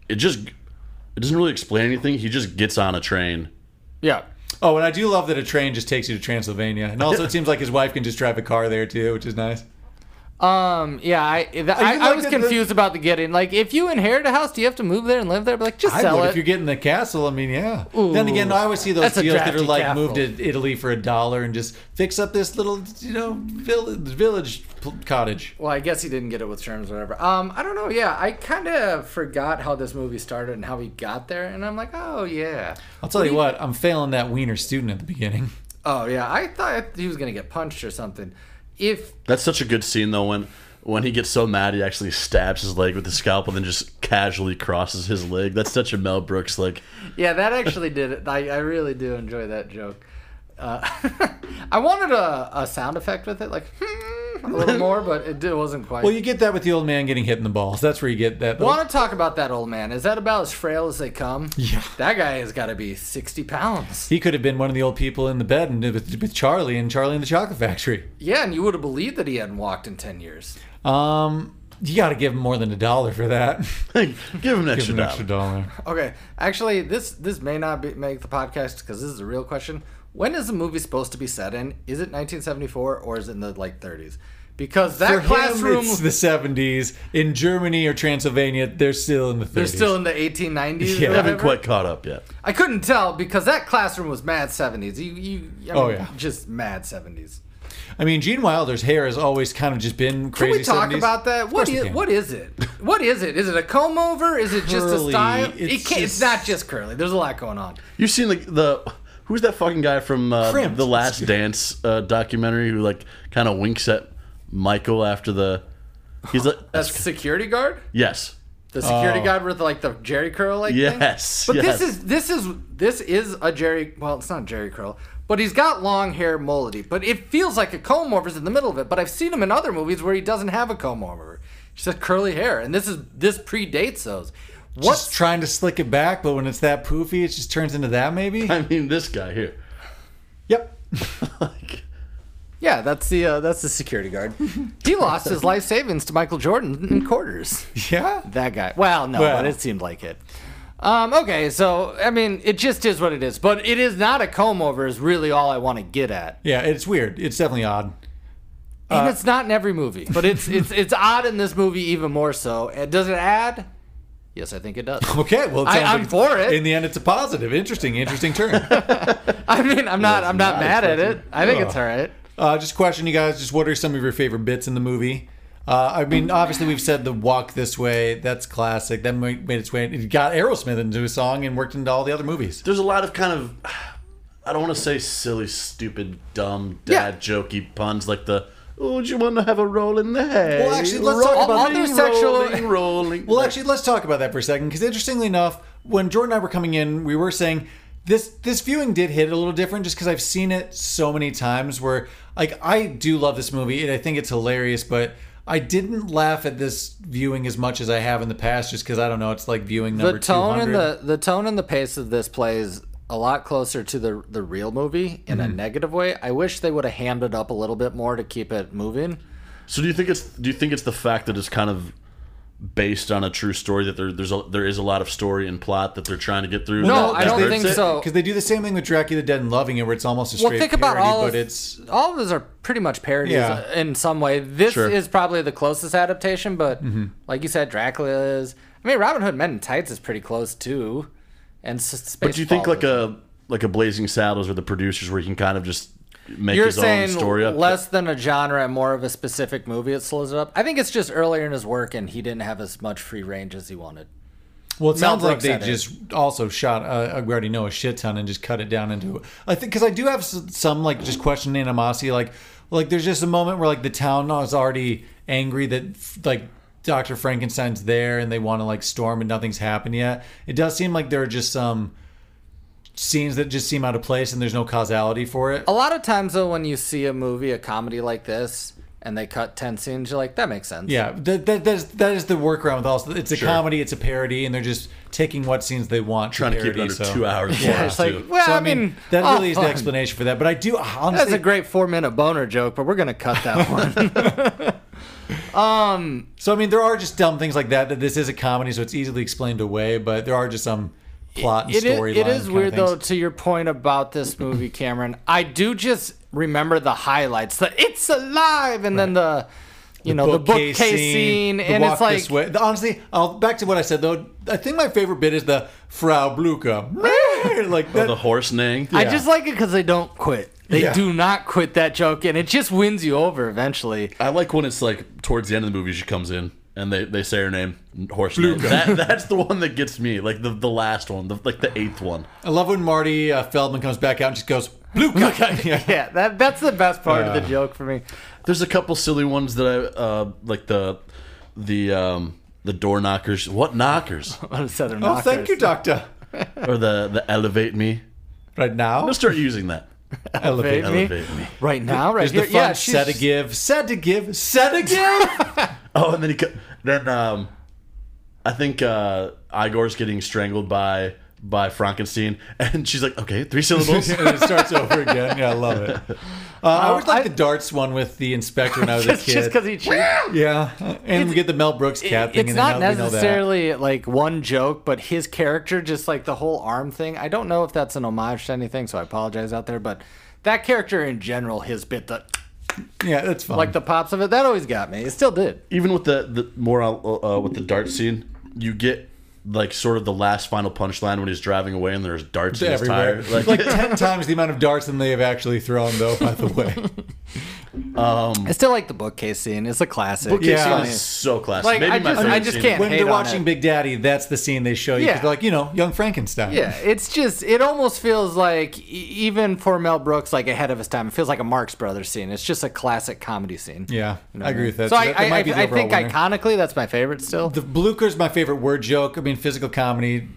It just it doesn't really explain anything. He just gets on a train. Yeah. Oh, and I do love that a train just takes you to Transylvania. And also, it seems like his wife can just drive a car there too, which is nice. Um. Yeah. I. th- I, you I like was the- confused about the getting. Like, if you inherit a house, do you have to move there and live there? But like, just I sell would it. if you're getting the castle. I mean, yeah. then again, I always see those that's a deals that are drafty like move castle. to Italy for a dollar and just fix up this little, you know, village, village pl- cottage. Well, I guess he didn't get it with terms or whatever. Um, I don't know. Yeah, I kind of forgot how this movie started and how he got there, and I'm like, oh yeah. I'll tell you what, I'm failing that wiener student at the beginning. <laughs> Oh yeah. I thought he was gonna get punched or something. If That's such a good scene though when when he gets so mad he actually stabs his leg with the scalpel and then just casually crosses his leg. That's such a Mel Brooks like <laughs> yeah, that actually did it. I, I really do enjoy that joke. Uh, <laughs> I wanted a, a sound effect with it, like hmm, a <laughs> little more, but it, did, wasn't quite. Well, you get that with the old man getting hit in the balls. That's where you get that. little- Want to talk about that old man? Is that about as frail as they come? Yeah. That guy has got to be sixty pounds. He could have been one of the old people in the bed and with, with Charlie and Charlie in the Chocolate Factory. Yeah, and you would have believed that he hadn't walked in ten years. Um, you got to give him more than a dollar for that. <laughs> give him an extra An extra dollar. dollar. Okay, actually, this this may not be, make the podcast because this is a real question. When is the movie supposed to be set in? Is it 1974 or is it in the like 30s? Because that For him, classroom, it's the 70s. In Germany or Transylvania, they're still in the 30s. they're still in the 1890s. Yeah. or I haven't whatever. quite caught up yet. I couldn't tell because that classroom was mad 70s. You, you, I mean, Oh, yeah. just mad 70s. I mean, Gene Wilder's hair has always kind of just been Can crazy. we talk 70s. about that? Of What course we is can. what is it? What is it? Is it a comb over? Is it just a Curly. style? it It's can't, it's just- not just curly. There's a lot going on. You've seen like the who's that fucking guy from uh, Crimped. the Last Dance uh, documentary who like kind of winks at Michael after the he's like A security guard? yes The Oh. security guard with like the Jerry curl like thing? yes But yes. this is this is this is a Jerry. Well, it's not Jerry curl, but he's got long hair, mullety. But it feels like a comb over's in the middle of it. But I've seen him in other movies where he doesn't have a comb over. It's just curly hair, and this is this predates those. Just What's trying to slick it back, but when it's that poofy, it just turns into that <laughs> maybe. I mean this guy here <laughs> yep. like yeah? That's the uh, that's the security guard. he lost his life savings to Michael Jordan in quarters. Yeah. That guy. Well, no, Well. but it seemed like it. Um, okay, so I mean, it just is what it is. But it is not a comb over. Is really all I want to get at. Yeah. It's weird. It's definitely odd. And it's not in every movie, but it's it's it's odd in this movie even more so. And does it add? Yes, I think it does. <laughs> Okay. Well, it I- sounds I'm like- for it. In the end, it's a positive, interesting, interesting <laughs> turn. I mean, I'm not I'm not not mad at it. expected. I think Yeah. it's all right. uh, just question you guys: Just what are some of your favorite bits in the movie? Uh, I mean, obviously, we've said the walk this way. That's classic. That ma- made its way. It got Aerosmith into a song and worked into all the other movies. there's a lot of kind of I don't want to say silly stupid dumb Yeah. dad jokey puns like the Would you want to have a roll in the hay? Well, actually, let's talk about- Other sexual- rolling, rolling. Well, actually, let's talk about that for a second because interestingly enough, when Jordan and I were coming in, we were saying this this viewing did hit a little different just because I've seen it so many times. Where like I do love this movie and I think it's hilarious, but I didn't laugh at this viewing as much as I have in the past just because I don't know. It's like viewing number the tone 200. and the the tone and the pace of this play is a lot closer to the the real movie in Mm-hmm. a negative way. I wish they would have hammed it up a little bit more to keep it moving. so do you think it's do you think it's the fact that it's kind of based on a true story that there there's a, there is a lot of story and plot that they're trying to get through? No, I That don't hurts think it? so. because they do the same thing with Dracula Dead and Loving It, where it's almost a straight Well, think about parody, all but of it's all of those are pretty much parodies Yeah. uh, in some way. This Sure. Mm-hmm. is probably the closest adaptation, but like you said, Dracula is. I mean, Robin Hood Men in Tights is pretty close too, and Space. But do you think like a like a Blazing Saddles or the producers where he can kind of just make You're his saying own story up? less than a genre and more of a specific movie it slows it up. I think it's just earlier in his work and he didn't have as much free range as he wanted. Well, it Mel sounds like Brooks they had it. just also shot. Uh, we already know a shit ton and just cut it down into. I think because I do have s- some like just question animosity. Like, like there's just a moment where like the town is already angry that f- like Doctor Frankenstein's there and they want to like storm and nothing's happened yet. It does seem like there are just some scenes that just seem out of place and there's no causality for it. Oh. A lot of times though when you see a movie, a comedy like this, and they cut ten scenes, you're like, that makes sense. Yeah, that that that is, that is the workaround with all. It's a Sure. comedy, it's a parody, and they're just taking what scenes they want. trying to keep it parody, under so- two hours. Yeah, long, it's like, too. well, So, I mean, that oh, really is the fun. explanation for that. But I do honestly. That's a great four-minute boner joke, but we're gonna <laughs> cut that one. so I mean, there are just dumb things like that. That this is a comedy, so it's easily explained away. But there are just some plot and It is, storyline. it is kind weird of things. though to your point about <laughs> this movie cameron i do just remember the highlights the it's alive and then the you know the bookcase scene, the and walk it's this like way. The- honestly, I'll, back to what I said though. I think my favorite bit is the Frau Blucher, <laughs> like that. the horse neighing. i yeah. just like it because they don't quit they Yeah. do not quit that joke and it just wins you over eventually I like when it's like towards the end of the movie she comes in and they, they say her name horse name. That, that's the one that gets me like the, the last one the, like the eighth one I love when Marty uh, Feldman comes back out and just goes <laughs> Blucher. <laughs> yeah. yeah that, that's the best part of Yeah. the joke for me <laughs> there's a couple silly ones that I uh, like the the um, the door knockers what knockers Southern Oh, thank you, knockers. Doctor. or the the elevate me Right now, I'll start using that elevate. Me? elevate me right now right There's the here fun yeah set to she's- <laughs> give, set to give, set to give. oh and then he co- then um, I think uh, Igor's getting strangled by by Frankenstein and she's like okay <laughs> three syllables and it starts over again. Yeah, I love it. Uh, I always like the darts one with the inspector when I was a <laughs> just kid. because he cheated yeah, and we get the Mel Brooks cat thing. it's and not now we know that. necessarily like one joke, but his character, just like the whole arm thing. I don't know if that's an homage to anything, so I apologize out there. But that character in general, his bit, the Yeah, that's fun. like the pops of it, that always got me. It still did. even with the, the more uh, uh, with the dart scene, you get like sort of the last final punchline when he's driving away and there's darts in his everywhere. tire. <laughs> Like, <laughs> Like, ten times the amount of darts than they have actually thrown, though. By the <laughs> way, I still like the bookcase scene. It's a classic. Bookcase Yeah. <laughs> scene is so classic. Like, Maybe I my just- favorite I just scene. can't. when hate they're on watching it. Big Daddy, that's the scene they show you. 'cause Yeah. they're like you know, young Frankenstein. Yeah, it's just it almost feels like e- even for Mel Brooks, like ahead of his time, it feels like a Marx Brothers scene. It's just a classic comedy scene. yeah, I agree with that. So, I, that, that I, I, might be the I overall think winner. iconically, that's my favorite still. The Blucher's my favorite word joke. I mean, physical comedy.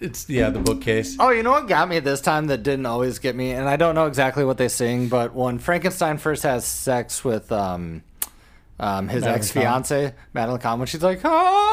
It's yeah, the bookcase. Oh, you know what got me this time that didn't always get me, and I don't know exactly what they sing, but when Frankenstein first has sex with um, um, his Madeline ex fiance Madeline Common, she's like, <laughs> oh!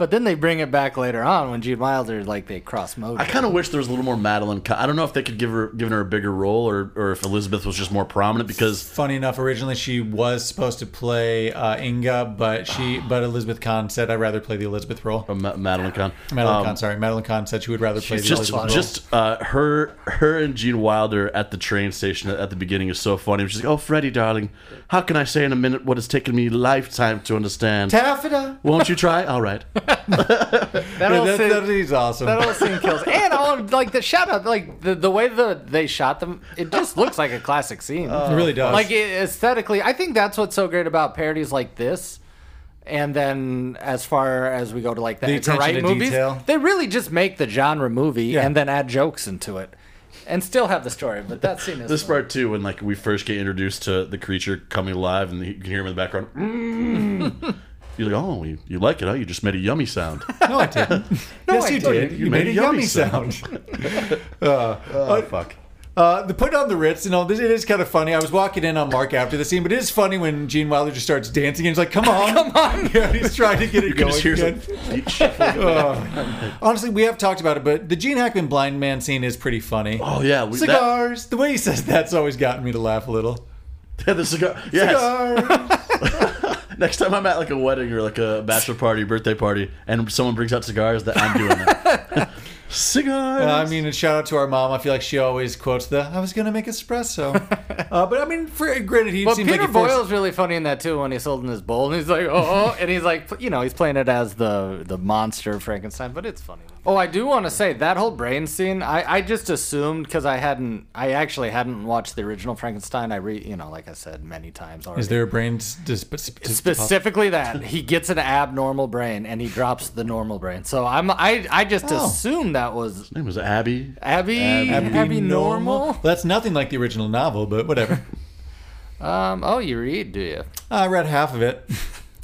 But then they bring it back later on when Gene Wilder like they cross mode. I kind of wish there was a little more Madeline. Co- I don't know if they could give her given her a bigger role or or if Elizabeth was just more prominent because Funny enough, originally she was supposed to play uh, Inga, but she but Elizabeth Kahn said I'd rather play the Elizabeth role. uh, Ma- Madeline Kahn. Madeline Um, Kahn, sorry, Madeline Kahn said she would rather play the just Elizabeth role. just uh, her her and Gene Wilder at the train station at the beginning is so funny. She's like, "Oh, Freddie, darling, how can I say in a minute what has taken me a lifetime to understand? taffeta. Won't you try? All right." that Yeah, whole that, scene- that is awesome. that whole scene kills, and all of, like the shout out, like the the way the they shot them, it just looks like a classic scene. it really does. like it, aesthetically i think that's what's so great about parodies like this and then as far as we go to like the, The Edgar attention Wright to movies detail. they really just make the genre movie Yeah. and then add jokes into it and still have the story. But that scene is This part too, when like we first get introduced to the creature coming alive, and you can hear him in the background. Mm. <laughs> You're like, oh, you, you like it, huh? You just made a yummy sound. <laughs> No, I didn't. yes, I you didn't. did. You, made, a yummy sound. oh fuck! Uh, the put on the Ritz, you know, this, it is kind of funny. I was walking in on Mark after the scene, but it is funny when Gene Wilder just starts dancing and he's like, come on. come on. <laughs> Yeah, he's trying to get it <laughs> You can going just hear again. Oh. <laughs> some feet shuffling. Honestly, we have talked about it, but the Gene Hackman blind man scene is pretty funny. Oh yeah, we, that, Cigars. The way he says that's always gotten me to laugh a little. yeah, <laughs> the cigar. Yes. Cigar. <laughs> Next time I'm at like a wedding or like a bachelor party, birthday party, and someone brings out cigars, that I'm doing that. cigars. Uh, I mean, and shout out to our mom. I feel like she always quotes the "I was gonna make <laughs> espresso," uh, but I mean, for, granted, he But seems Peter like he forced- Boyle's really funny in that too when he's holding his bowl and he's like, oh, oh," and he's like, you know, he's playing it as the the monster Frankenstein, but it's funny. Oh, I do want to say that whole brain scene. I, I just assumed because I hadn't, I actually hadn't watched the original Frankenstein. I re, you know, like I said many times already. Is there a brain s- dis- p- s- p- specifically that he gets an abnormal brain and he drops the normal brain? So I'm, I, I just Oh. assumed that was Her name was Abby. Abby, Abby, Abby normal. Well, that's nothing like the original novel, but <laughs> whatever. Um, oh, you read, do you? I read half of it.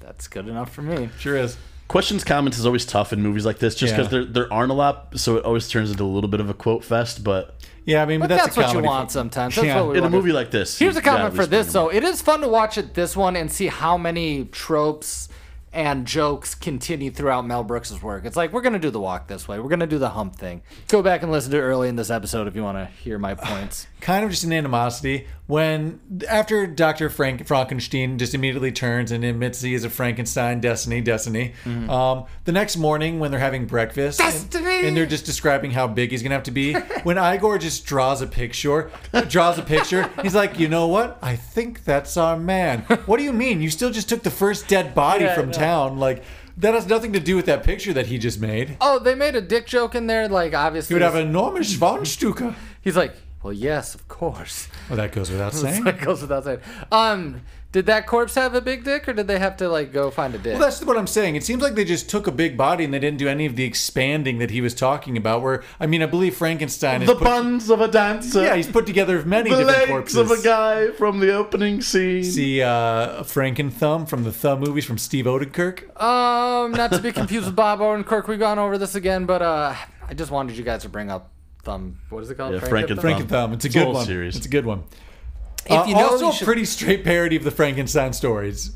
That's good enough for me. Sure is. Questions, comments is always tough in movies like this, just Yeah. because there there aren't a lot, so it always turns into a little bit of a quote fest. But Yeah, I mean, but, But that's, a what you comedy want film. sometimes. That's Yeah. what in we a want. movie like this, Here's a you gotta comment at for least bring this though. It is fun to watch it this one and see how many tropes and jokes continue throughout Mel Brooks's work. It's like we're gonna do the walk this way. We're gonna do the hump thing. Go back and listen to early in this episode if you want to hear <sighs> my points. kind of just an animosity when after Dr. Frank Frankenstein just immediately turns and admits he is a Frankenstein destiny destiny um, the next morning when they're having breakfast and- Mm-hmm. Destiny! And, they're just describing how big he's gonna have to be <laughs> when Igor just draws a picture draws a picture he's like you know what I think that's our man what do you mean you still just took the first dead body Yeah, I from know. town like that has nothing to do with that picture that he just made oh, they made a dick joke in there. Like obviously, he would have an enormous Schwanstuka he's like, well, yes, of course. well that goes <laughs> without saying that goes without saying. Um, did that corpse have a big dick, or did they have to like go find a dick? Well, that's what I'm saying. It seems like they just took a big body and they didn't do any of the expanding that he was talking about. Where I mean, I believe Frankenstein is The put, buns of a dancer. yeah, he's put together of many the legs different corpses. of a guy from the opening scene. See uh, Franken Thumb from the Thumb movies from Steve Odenkirk. Uh-huh. Um, not to be confused with Bob Odenkirk. We've gone over this again, but uh, I just wanted you guys to bring up thumb. What is it called? Yeah, Franken- Franken- Franken Thumb. It's a It's a good whole one. series. It's a good one. If you Uh, know, also you a should- pretty straight parody of the Frankenstein stories.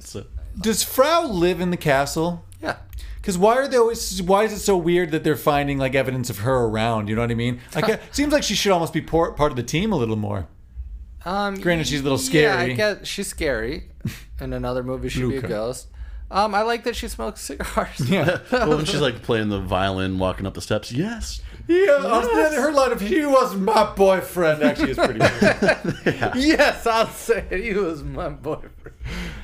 So- Does Frau live in the castle? Yeah. Because why are they always? Why is it so weird that they're finding like evidence of her around? You know what I mean? Like, <laughs> it seems like she should almost be por- part of the team a little more. Um, Granted, she's a little Yeah, I scary. guess she's scary. In another movie, she'd be Luca. a ghost. Um, I like that she smokes cigars. Yeah. well, <laughs> when she's like playing the violin, walking up the steps. Yes. Yeah, and her line of "He was my boyfriend" actually is pretty. <laughs> Good. <laughs> yes, I'll say it. he was my boyfriend.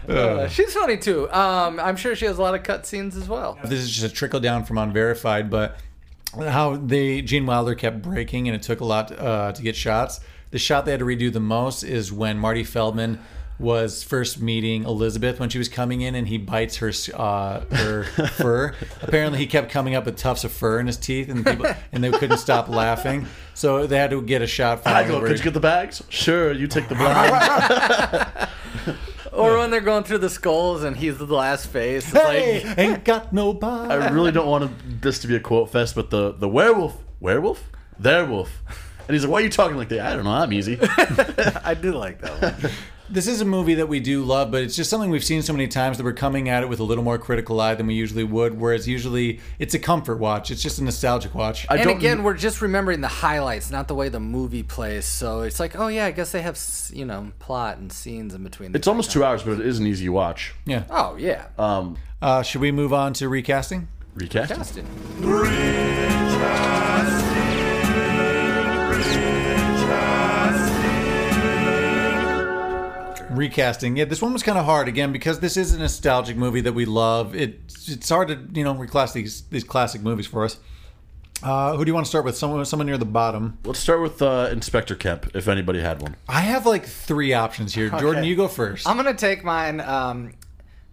Uh, she's funny too. Um, I'm sure she has a lot of cutscenes as well. this is just a trickle down from unverified, but how they Gene Wilder kept breaking, and it took a lot uh, to get shots. The shot they had to redo the most is when Marty Feldman was first meeting Elizabeth when she was coming in, and he bites her uh, <laughs> her fur. Apparently, he kept coming up with tufts of fur in his teeth, and people, and they couldn't stop laughing. So they had to get a shot. <laughs> I finally go. where- Could you get the bags? Sure. You take the <laughs> blind. Or when they're going through the skulls and he's the last face. It's Hey, like ain't got nobody. I really don't want this to be a quote fest, but the the werewolf, werewolf, werewolf, and he's like, "Why are you talking like that?" I don't know. I'm easy. <laughs> <laughs> I do like that one. This is a movie that we do love, but it's just something we've seen so many times that we're coming at it with a little more critical eye than we usually would. Whereas usually it's a comfort watch, it's just a nostalgic watch. I And don't. again, we're just remembering the highlights, not the way the movie plays. So it's like, oh yeah, I guess they have s- you know plot and scenes in between. it's almost two hours, but it is an easy watch. yeah. oh yeah, Um, Uh, should we move on to recasting? recast. Justin. Recasting. Yeah, this one was kind of hard again because this is a nostalgic movie that we love. It it's hard to you know reclass these these classic movies for us. Uh, who do you want to start with? Someone someone near the bottom. Let's start with uh, Inspector Kemp, if anybody had one. I have like three options here. Jordan, you go first. I'm gonna take mine. Um,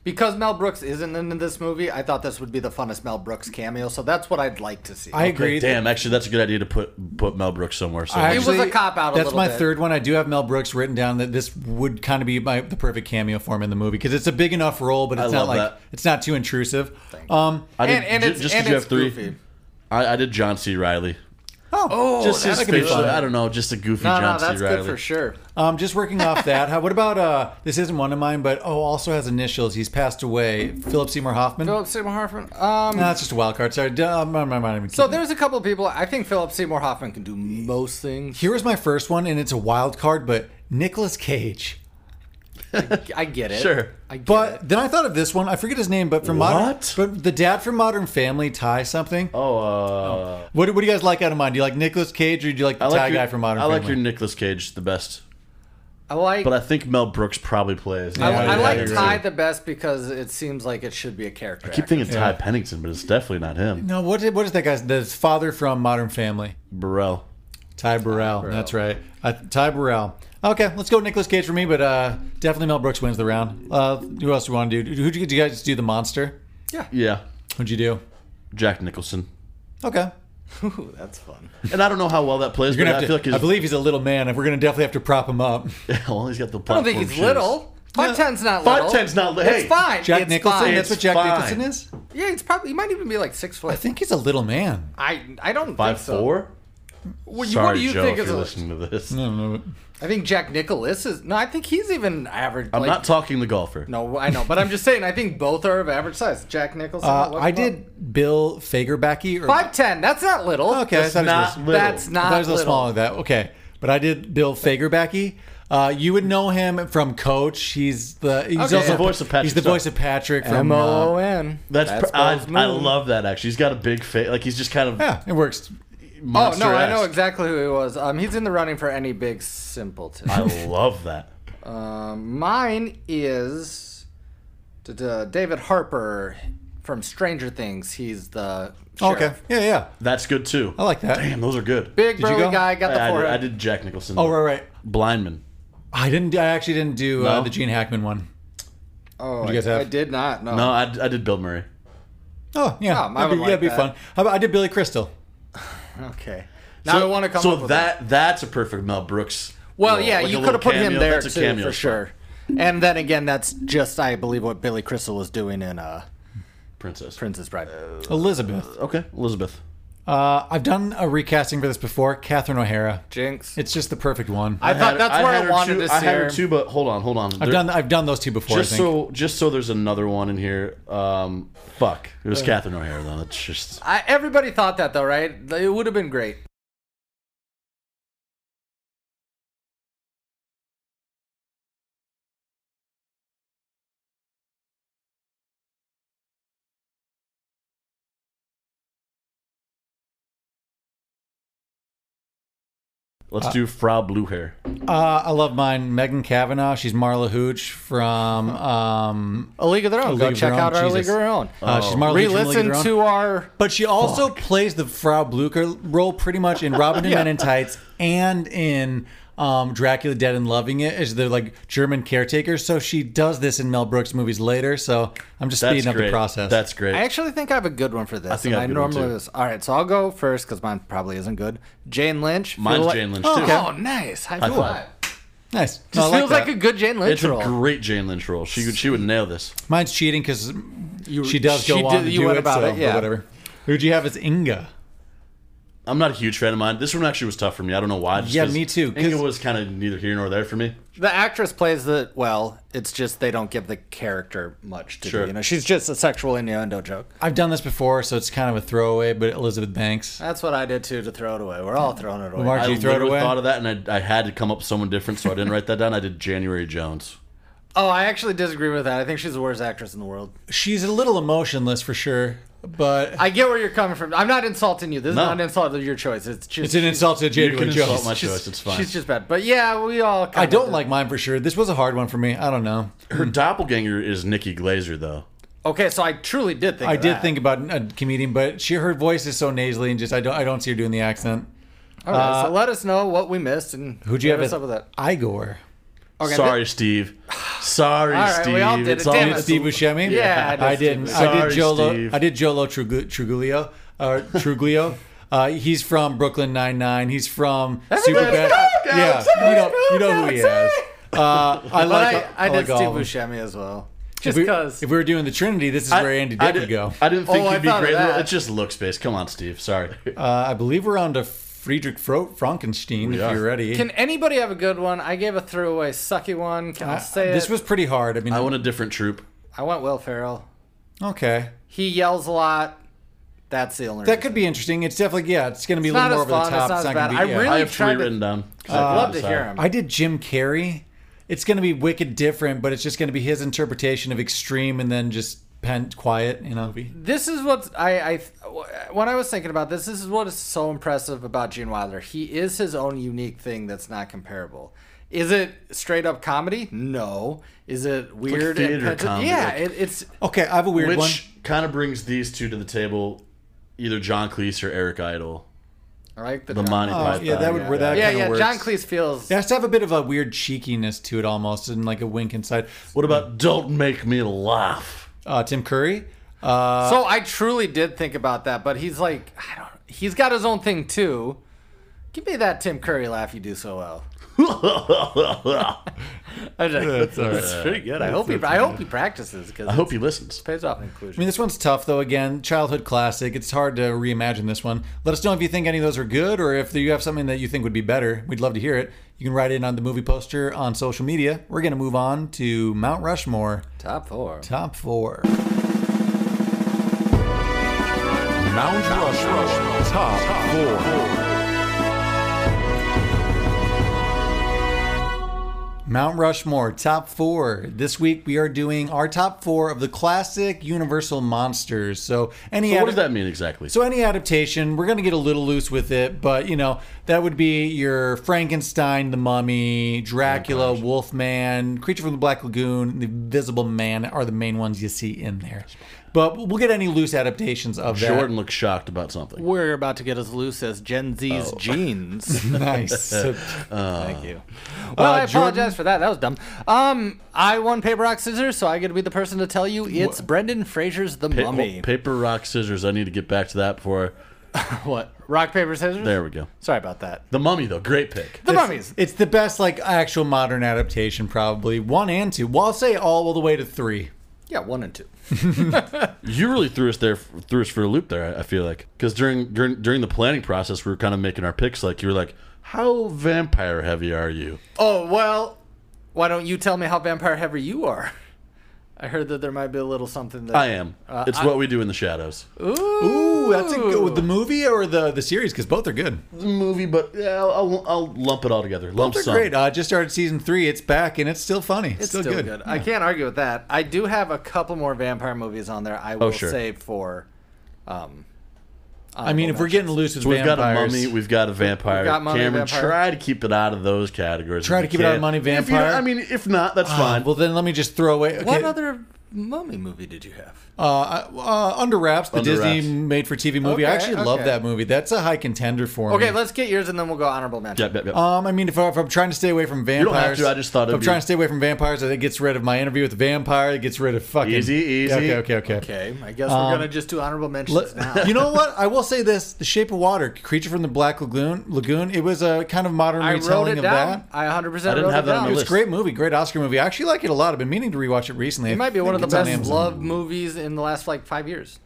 Because Mel Brooks isn't in this movie, I thought this would be the funnest Mel Brooks cameo. So that's what I'd like to see. I agree. Damn, actually, that's a good idea to put put Mel Brooks somewhere. So I It was a cop-out a That's little my bit. third one. I do have Mel Brooks written down that this would kind of be my, the perfect cameo for him in the movie because it's a big enough role, but it's not love like that. it's not too intrusive. Um, I and- and ju- it's- just and 'cause you it's have three. goofy. I, I did John C. Riley. oh, just his that could be facial. fun. I don't know, just a goofy no, no, John that's C. good Riley. <laughs> for sure. Um, just working off that. How, what about uh? This isn't one of mine, but oh, also has initials. He's passed away. Philip Seymour Hoffman. Philip Seymour Hoffman. Um, Nah, it's just a wild card. Sorry, duh, I'm, I'm, I'm not even so kidding. there's a couple of people. I think Philip Seymour Hoffman can do most things. Here was my first one, and it's a wild card, but Nicolas Cage. I get it. Sure. I get But it. then I thought of this one. I forget his name, but from What? Modern, but the dad from Modern Family, Ty something. Oh, uh, What, what do you guys like out of mine? Do you like Nicolas Cage or do you like the I like Thai your, guy from Modern I like Family? your Nicolas Cage the best, I like. but I think Mel Brooks probably plays. I, Yeah, I yeah, like I agree. Ty the best because it seems like it should be a character. I keep actor. thinking Ty Pennington, but it's definitely not him. no, what is, what is that guy's the father from Modern Family? Burrell. Ty Burrell. That's right. Uh, Ty Burrell. Okay, let's go Nicolas Cage for me, but uh, definitely Mel Brooks wins the round. Uh, who else do we want to do? Who did you, did you guys do? The monster? Yeah, What'd you do? Jack Nicholson. Okay. Ooh, that's fun. And I don't know how well that plays, You're but gonna I have feel to, like his, I believe he's a little man, and we're going to definitely have to prop him <laughs> up. well, he's got the. I don't think he's little. Five ten's not little. 5'10" 's not li- hey, It's fine. Jack it's Nicholson? Fine. That's what It's Jack fine. Nicholson is? yeah, it's probably. He might even be like six I foot. think he's a little man. I I don't Five think so. four. What, you- Sorry, what do you Joe, think if is you're a- listening to this. I don't know. I think Jack Nicholas is. No, I think he's even average. I'm like- not talking the golfer. No, I know, but I'm just saying. I think both are of average size. Jack Nicholson. Uh, look I him up. did Bill Fagerbacky. Or, five ten. That's not little. Okay, I thought he was not little. little. That's I not thought he was a little little. smaller than that. Okay. But I did Bill Fagerbacky. Uh, you would know him from Coach. He's the he's Okay. also The voice of Patrick He's the Star. voice of Patrick from M O O uh, N. That's, pr- I, Bill's I moon. love that actually. He's got a big face. Like he's just kind of Yeah, it works. Oh monster. no, I know exactly who he was. Um, he's in the running for any big simpleton. I love that. Um, mine is duh, duh, David Harper from Stranger Things. He's the sheriff. Okay. Yeah, yeah. That's good too. I like that. Damn, those are good. big you burly go? guy. Got the I, I did, forehead. I did Jack Nicholson. Oh, right, right. Blindman. I didn't I actually didn't do uh, No? the Gene Hackman one. Oh, you guys I, have? I did not. No. No, I, I did Bill Murray. Oh, yeah. Oh, mine that'd be, would like that'd be that. fun. How about I did Billy Crystal. Okay. Now I want to come so up with that that's a perfect Mel Brooks. Well, role. yeah, Like a you little could have put him cameo. there That's a too, cameo for spot. sure. And then again, that's just I believe what Billy Crystal was doing in uh, Princess. Princess Bride. Elizabeth. Okay, Elizabeth. Uh, I've done a recasting for this before. Catherine O'Hara. Jinx. It's just the perfect one. I thought that's where I, had her wanted too- to see I had her her. too, but hold on, hold on. I've done I've done those two before. just I think. so just so there's another one in here. Um, fuck, it Uh. was Catherine O'Hara though. That's just I, everybody thought that though, right? It would have been great. let's do Frau Blue Hair. Uh, I love mine. Megan Kavanaugh. She's Marla Hooch from. Um, A League of Their Own. League Go of check Their out Own, our Jesus. League of Their Own. uh, she's Marla Hooch. from League of Re-listen Their Own. to our. But she also plays the Frau Blucher role pretty much in Robin <laughs> Hood Men in Tights and in um, Dracula Dead and Loving It as the like German caretaker. So she does this in Mel Brooks movies later. So I'm just That's speeding up great. the process. That's great. I actually think I have a good one for this. I think I and have I a good one, normally too. was. All right, so I'll go first because mine probably isn't good. Jane Lynch. Feel Mine's like- Jane Lynch Oh, too. okay. Oh, nice. High, five. five. nice. No, I Just like feels that. like a good Jane Lynch It's a role. great Jane Lynch role. She would she would nail this. Mine's cheating because she does she go on did- to you do went it. about so, it, but yeah. whatever. Who'd you have as Inga? I'm not a huge fan of mine. This one actually was tough for me. I don't know why. just Yeah, 'cause me too, 'cause- Inga was kind of neither here nor there for me. the actress plays it well. It's just they don't give the character much to Sure. do. You know, she's just a sexual innuendo joke. I've done this before, so it's kind of a throwaway. But Elizabeth Banks. That's what I did too to throw it away. We're all throwing it away. Mark- I Did you throw it literally away? thought of that, and I, I had to come up with someone different, so I didn't write that down. I did January <laughs> Jones. oh, I actually disagree with that. I think she's the worst actress in the world. She's a little emotionless for sure, but I get where you're coming from. I'm not insulting you. This No. is not an insult to your choice. It's just It's an insult to You January can Jones. insult my she's- <laughs> choice. It's fine. She's just bad. But yeah, we all. Kind I don't like mine for sure. This was a hard one for me. I don't know. Her doppelganger is Nikki Glazer, though. Okay, so I truly did think. I of did that. think about a comedian, but she her voice is so nasally and just I don't I don't see her doing the accent. All right, so let us know what we missed and uh, Who'd you hit have us as up with that? Igor? Okay, <sighs> Sorry, Steve. Sorry, All right, Steve. we all did it's it. Damn all- it. Steve Buscemi? Yeah, I know I Steve didn't. Buscemi. I did Sorry, Jolo. Steve. I did Jolo Trugu- Truglio or Truglio. Uh, he's from Brooklyn Nine Nine. He's from Superbad. Yeah, you know, you know who he is. Uh, I like. But I, I like did all Steve of them. Buscemi as well. If Just we, because. if we were doing the Trinity, this is I- where Andy I Dick would did- go. I didn't Oh, think I he'd be thought of great. that. It's just looks based. Come on, Steve. Sorry. Uh, I believe we're on to Friedrich Fro- Frankenstein. if are. you're ready. Can anybody have a good one? I gave a throwaway sucky one. Can I say Uh, this it? was pretty hard. I mean, I want a different troop. I went Will Ferrell. okay, He yells a lot. That's the only. that could be interesting. It's definitely yeah. It's going to be a not little more as over the fun, it's top. not as gonna bad. be- I yeah. really I have tried three to- Uh, written down. 'cause I'd I- love Oh, I'm to sorry. hear him. I did Jim Carrey. It's going to be wicked different, but it's just going to be his interpretation of extreme and then just pent quiet, you know. This is what I, I when I was thinking about this. This is what is so impressive about Gene Wilder. He is his own unique thing that's not comparable. Is it straight up comedy? No. Is it weird? and theater pretentious? comedy, Yeah, like- it, it's Okay, I have a weird Which one. kind of brings these two to the table, either John Cleese or Eric Idle. I like the, The drama. Monty Oh, Python. yeah, that would where that Yeah, kind yeah. of works. John Cleese feels. It has to have a bit of a weird cheekiness to it, almost, and like a wink inside. What about Don't Make Me Laugh? <laughs> Uh, Tim Curry. Uh, So I truly did think about that, but he's like, I don't. He's got his own thing too. Give me that Tim Curry laugh you do so well. I was like, that's, pretty good. I hope he. I hope he practices because I hope he listens. pays off in I mean, inclusion. this one's tough though. Again, childhood classic. It's hard to reimagine this one. Let us know if you think any of those are good, or if you have something that you think would be better. We'd love to hear it. You can write in on the movie poster on social media. We're gonna move on to Mount Rushmore Top four. top four. Mount Rushmore top four. Mount Rushmore top four. This week we are doing our top four of the classic Universal monsters. So any So what ad- does that mean exactly? So any adaptation, we're gonna get a little loose with it, but you know that would be your Frankenstein, the Mummy, Dracula, Wolfman, Creature from the Black Lagoon, the Invisible Man are the main ones you see in there. But we'll get any loose adaptations of that. <laughs> Jordan looks shocked about something. We're about to get as loose as Gen Z's <laughs> jeans. Nice. Thank you. Well, I Jordan- apologize for that. That was dumb. Um, I won paper rock scissors, so I get to be the person to tell you it's Brendan Fraser's The Pa- oh, Mummy. paper, rock, scissors. I need to get back to that before. what? Rock paper scissors? There we go. Sorry about that. The Mummy, though, great pick. The It's- mummies. It's the best like actual modern adaptation, probably one and two. Well, I'll say all the way to three. Yeah, one and two. You really threw us there, threw us for a loop there. I I feel like because during, during during the planning process, we were kind of making our picks. Like you were like, "How vampire heavy are you?" Oh, well, why don't you tell me how vampire heavy you are? I heard that there might be a little something that I am. Uh, it's what we do in the shadows. Ooh, that's a good. The movie or the the series, because both are good. The movie, but yeah, I'll, I'll, I'll lump it all together. Lump They're sum. great. uh, I just started season three. It's back and it's still funny. It's, It's still, good. I can't argue with that. I do have a couple more vampire movies on there. I will sure. save for. Um, I mean, if we're getting loose with So we've vampires, got a mummy, we've got a vampire. We've got mummy, Cameron, vampire. try to keep it out of those categories. Try if to you keep it out of can. money, If you- vampire? I mean, if not, that's Ah, fine. well, then let me just throw away. Okay. what other mummy movie did you have? Uh, uh, Under Wraps, the Under Disney Wraps. made-for-TV movie. I Okay, actually love okay. that movie. That's a high contender for me. Okay, let's get yours and then we'll go honorable mention. Yep, yep, yep. Um, I mean, if, I, if I'm trying to stay away from vampires, don't have to, I just thought if it'd I'm be- trying to stay away from vampires, I think it gets rid of my interview with the vampire. It gets rid of fucking Easy, easy. Okay, okay, okay. Okay, I guess we're gonna just do honorable mentions Let- <laughs> now. you know what? I will say this: The Shape of Water, Creature from the Black Lagoon. Lagoon. It was a kind of modern I wrote retelling it of down. that. I 100 I percent didn't wrote have it that on down. my It was list. a great movie, great Oscar movie. I actually like it a lot. I've been meaning to rewatch it recently. It might be one of the It's on best Amazon. loved movies in the last like five years,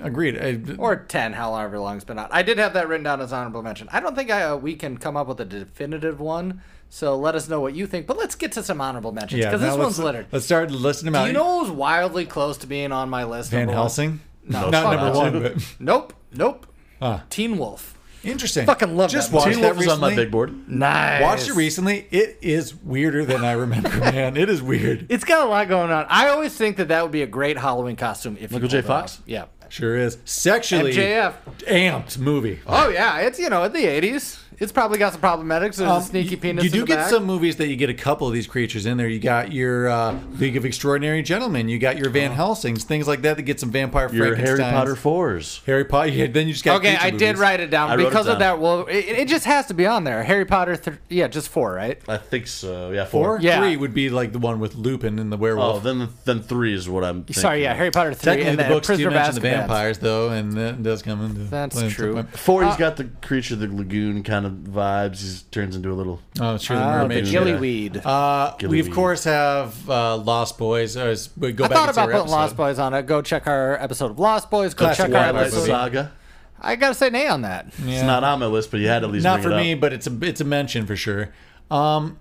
Agreed. I, or ten, however long it's been out. I did have that written down as honorable mention. I don't think I, uh, we can come up with a definitive one, so let us know what you think. But let's get to some honorable mentions because now this one's let's, littered. Let's start listing them Do out. you know what was wildly close to being on my list? Van number one? Helsing? No, Not fuck number no. one, but Nope, nope. Ah. Teen Wolf. interesting. Fucking love Just that movie. watched Teen that Wolf was on my recently. big board. Nice. Watched it recently. It is weirder than I remember, <laughs> man. It is weird. It's got a lot going on. I always think that that would be a great Halloween costume if you Michael J. pulled it Fox? off. Yeah. Sure is. Sexually MJF. amped movie. Oh yeah, it's you know in the eighties. It's probably got some problematics. There's a Um, sneaky you- penis. You in do the get back. some movies that you get a couple of these creatures in there. You got your uh, League of Extraordinary Gentlemen. You got your Oh. Van Helsing's, things like that that get some vampire Your Harry Frankensteins. Potter fours. Harry Potter. Yeah, then you just got Okay, creature I did movies. write it down I wrote it because down. of that. Well, it, it just has to be on there. Harry Potter, th- yeah, just four, right? I think so. Yeah, Four, four. Yeah. three would be like the one with Lupin and the Oh, werewolf. then then three is what I'm. Thinking. Sorry, yeah, Harry Potter three, Technically, and the then books do Prisoner of mention the Azkaban. vampires, though, and that does come into That's play at some true. point. Four, he's got the creature, of the lagoon kind of vibes. He turns into a little. Oh, sure, the Oh, the mermaid. Gilly- Gillyweed. Uh, we of Gillyweed. course have uh, Lost Boys. Or is, we go I back thought into our about putting episode. Lost Boys on it. Go check our episode of Lost Boys. Go Classic check our Twilight Twilight movie. episode. Saga. I gotta say nay on that. It's not on my list, but you had to at least Not bring for it up. me, but it's a it's a mention for sure. Um,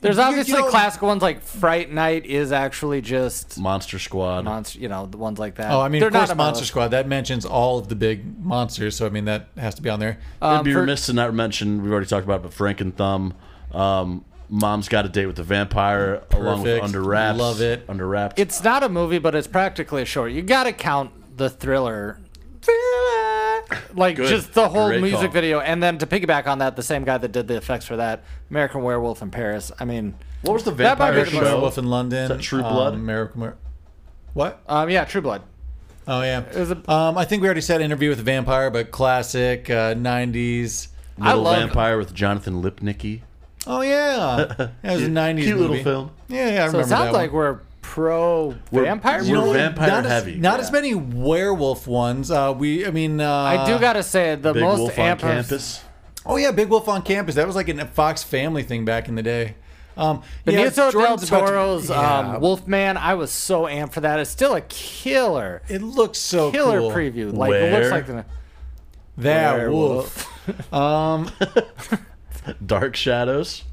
There's You- you obviously know- classic ones like Fright Night is actually just Monster Squad. monster, you know, the ones like that. Oh, I mean, They're of course, not on my Monster list. Squad. That mentions all of the big monsters, so I mean, that has to be on there. It'd be for- remiss to not mention we've already talked about, it, but Frank and Thumb. Um, Mom's got a date with the vampire, along with Perfect. Under Wraps. Love it. Under Wraps. It's not a movie, but it's practically a short. You gotta count the thriller. Like Good. just the whole Great music call. video, and then to piggyback on that, the same guy that did the effects for that American Werewolf in Paris. I mean, what was the That might be vampire the show? most- Werewolf in London. that True Blood? Um, Miracle. Mer- what? um, yeah, True Blood. Oh yeah. was a- um, I think we already said Interview with the Vampire, but classic uh, '90s. Little I love- Vampire with Jonathan Lipnicki. Oh yeah, <laughs> that was a '90s Cute movie. little film. Yeah, yeah, I So remember it sounds that like one. we're pro We're- vampire. you know movie? we're vampire not heavy. As, not Yeah. as many werewolf ones. Uh, we, I mean, uh, I do gotta say the Big most Wolf on amp- Campus. Oh yeah, Big Wolf on Campus. That was like a Fox Family thing back in the day. Um, yeah, Benicio del Jordan's about to- Toro's yeah. um, Wolfman. I was so amped for that. It's still a killer, It looks so killer cool. preview. Like it Where? looks like the That wolf. werewolf. Dark Shadows.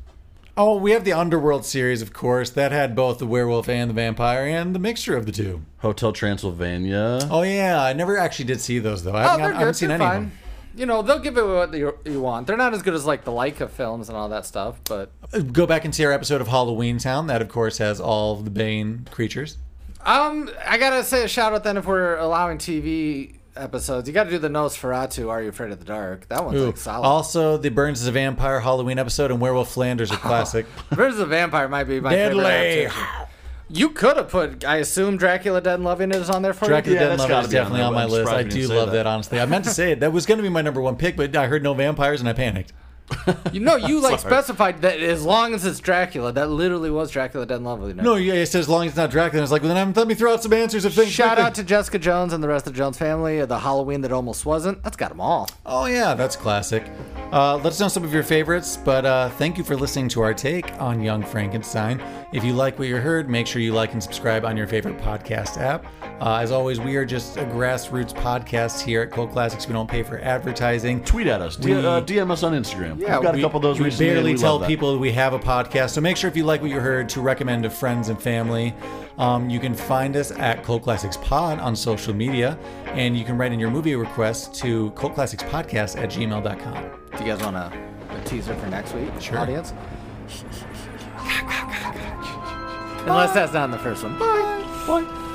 Oh, we have the Underworld series, of course. That had both the werewolf and the vampire, and the mixture of the two. Hotel Transylvania. Oh yeah, I never actually did see those though. I Oh, haven't, they're I good. haven't seen they're any of fine. them. You know, they'll give it what you, you want. They're not as good as like the Leica films and all that stuff, but Uh, Go back and see our episode of Halloween Town. That, of course, has all of the Bane creatures. um, I gotta say a shout out then if we're allowing TV episodes. You gotta do the Nosferatu. Are you afraid of the dark? That one's Ooh. like solid. Also, the Burns is a Vampire Halloween episode and Werewolf <laughs> Flanders are classic. Versus the Vampire might be my Deadly. favorite. adaptation. You could have put, I assume, Dracula Dead and Loving It is on there for Dracula you. Dead that's Lover gotta is be on definitely there, on, but my I'm list. surprised I you didn't do say love that. that. honestly. I meant to say it. That was going to be my number one pick, but I heard no vampires and I panicked. You <laughs> know, you like specified that as long as it's Dracula, that literally was Dracula Dead and Loving It. No, yeah, it says as long as it's not Dracula. And it's like, well, then I'm, let me throw out some answers of things. Shout quickly. out to Jessica Jones and the rest of the Jones family. The Halloween that almost wasn't. That's got them all. Oh, yeah, that's classic. Uh, let us know some of your favorites, but uh, thank you for listening to our take on Young Frankenstein. If you like what you heard, make sure you like and subscribe on your favorite podcast app. Uh, as always, we are just a grassroots podcast here at Cold Classics. We don't pay for advertising. Tweet at us. D- We- uh, DM us on Instagram. Yeah, We've got We- a couple of those we recently. and barely we tell love that. people we have a podcast so make sure if you like what you heard to recommend to friends and family um, you can find us at cult classics pod on social media and you can write in your movie requests to cult classics podcast at gmail.com Do you guys want a, a teaser for next week, Sure. audience? Unless that's not in the first one. Bye. Bye.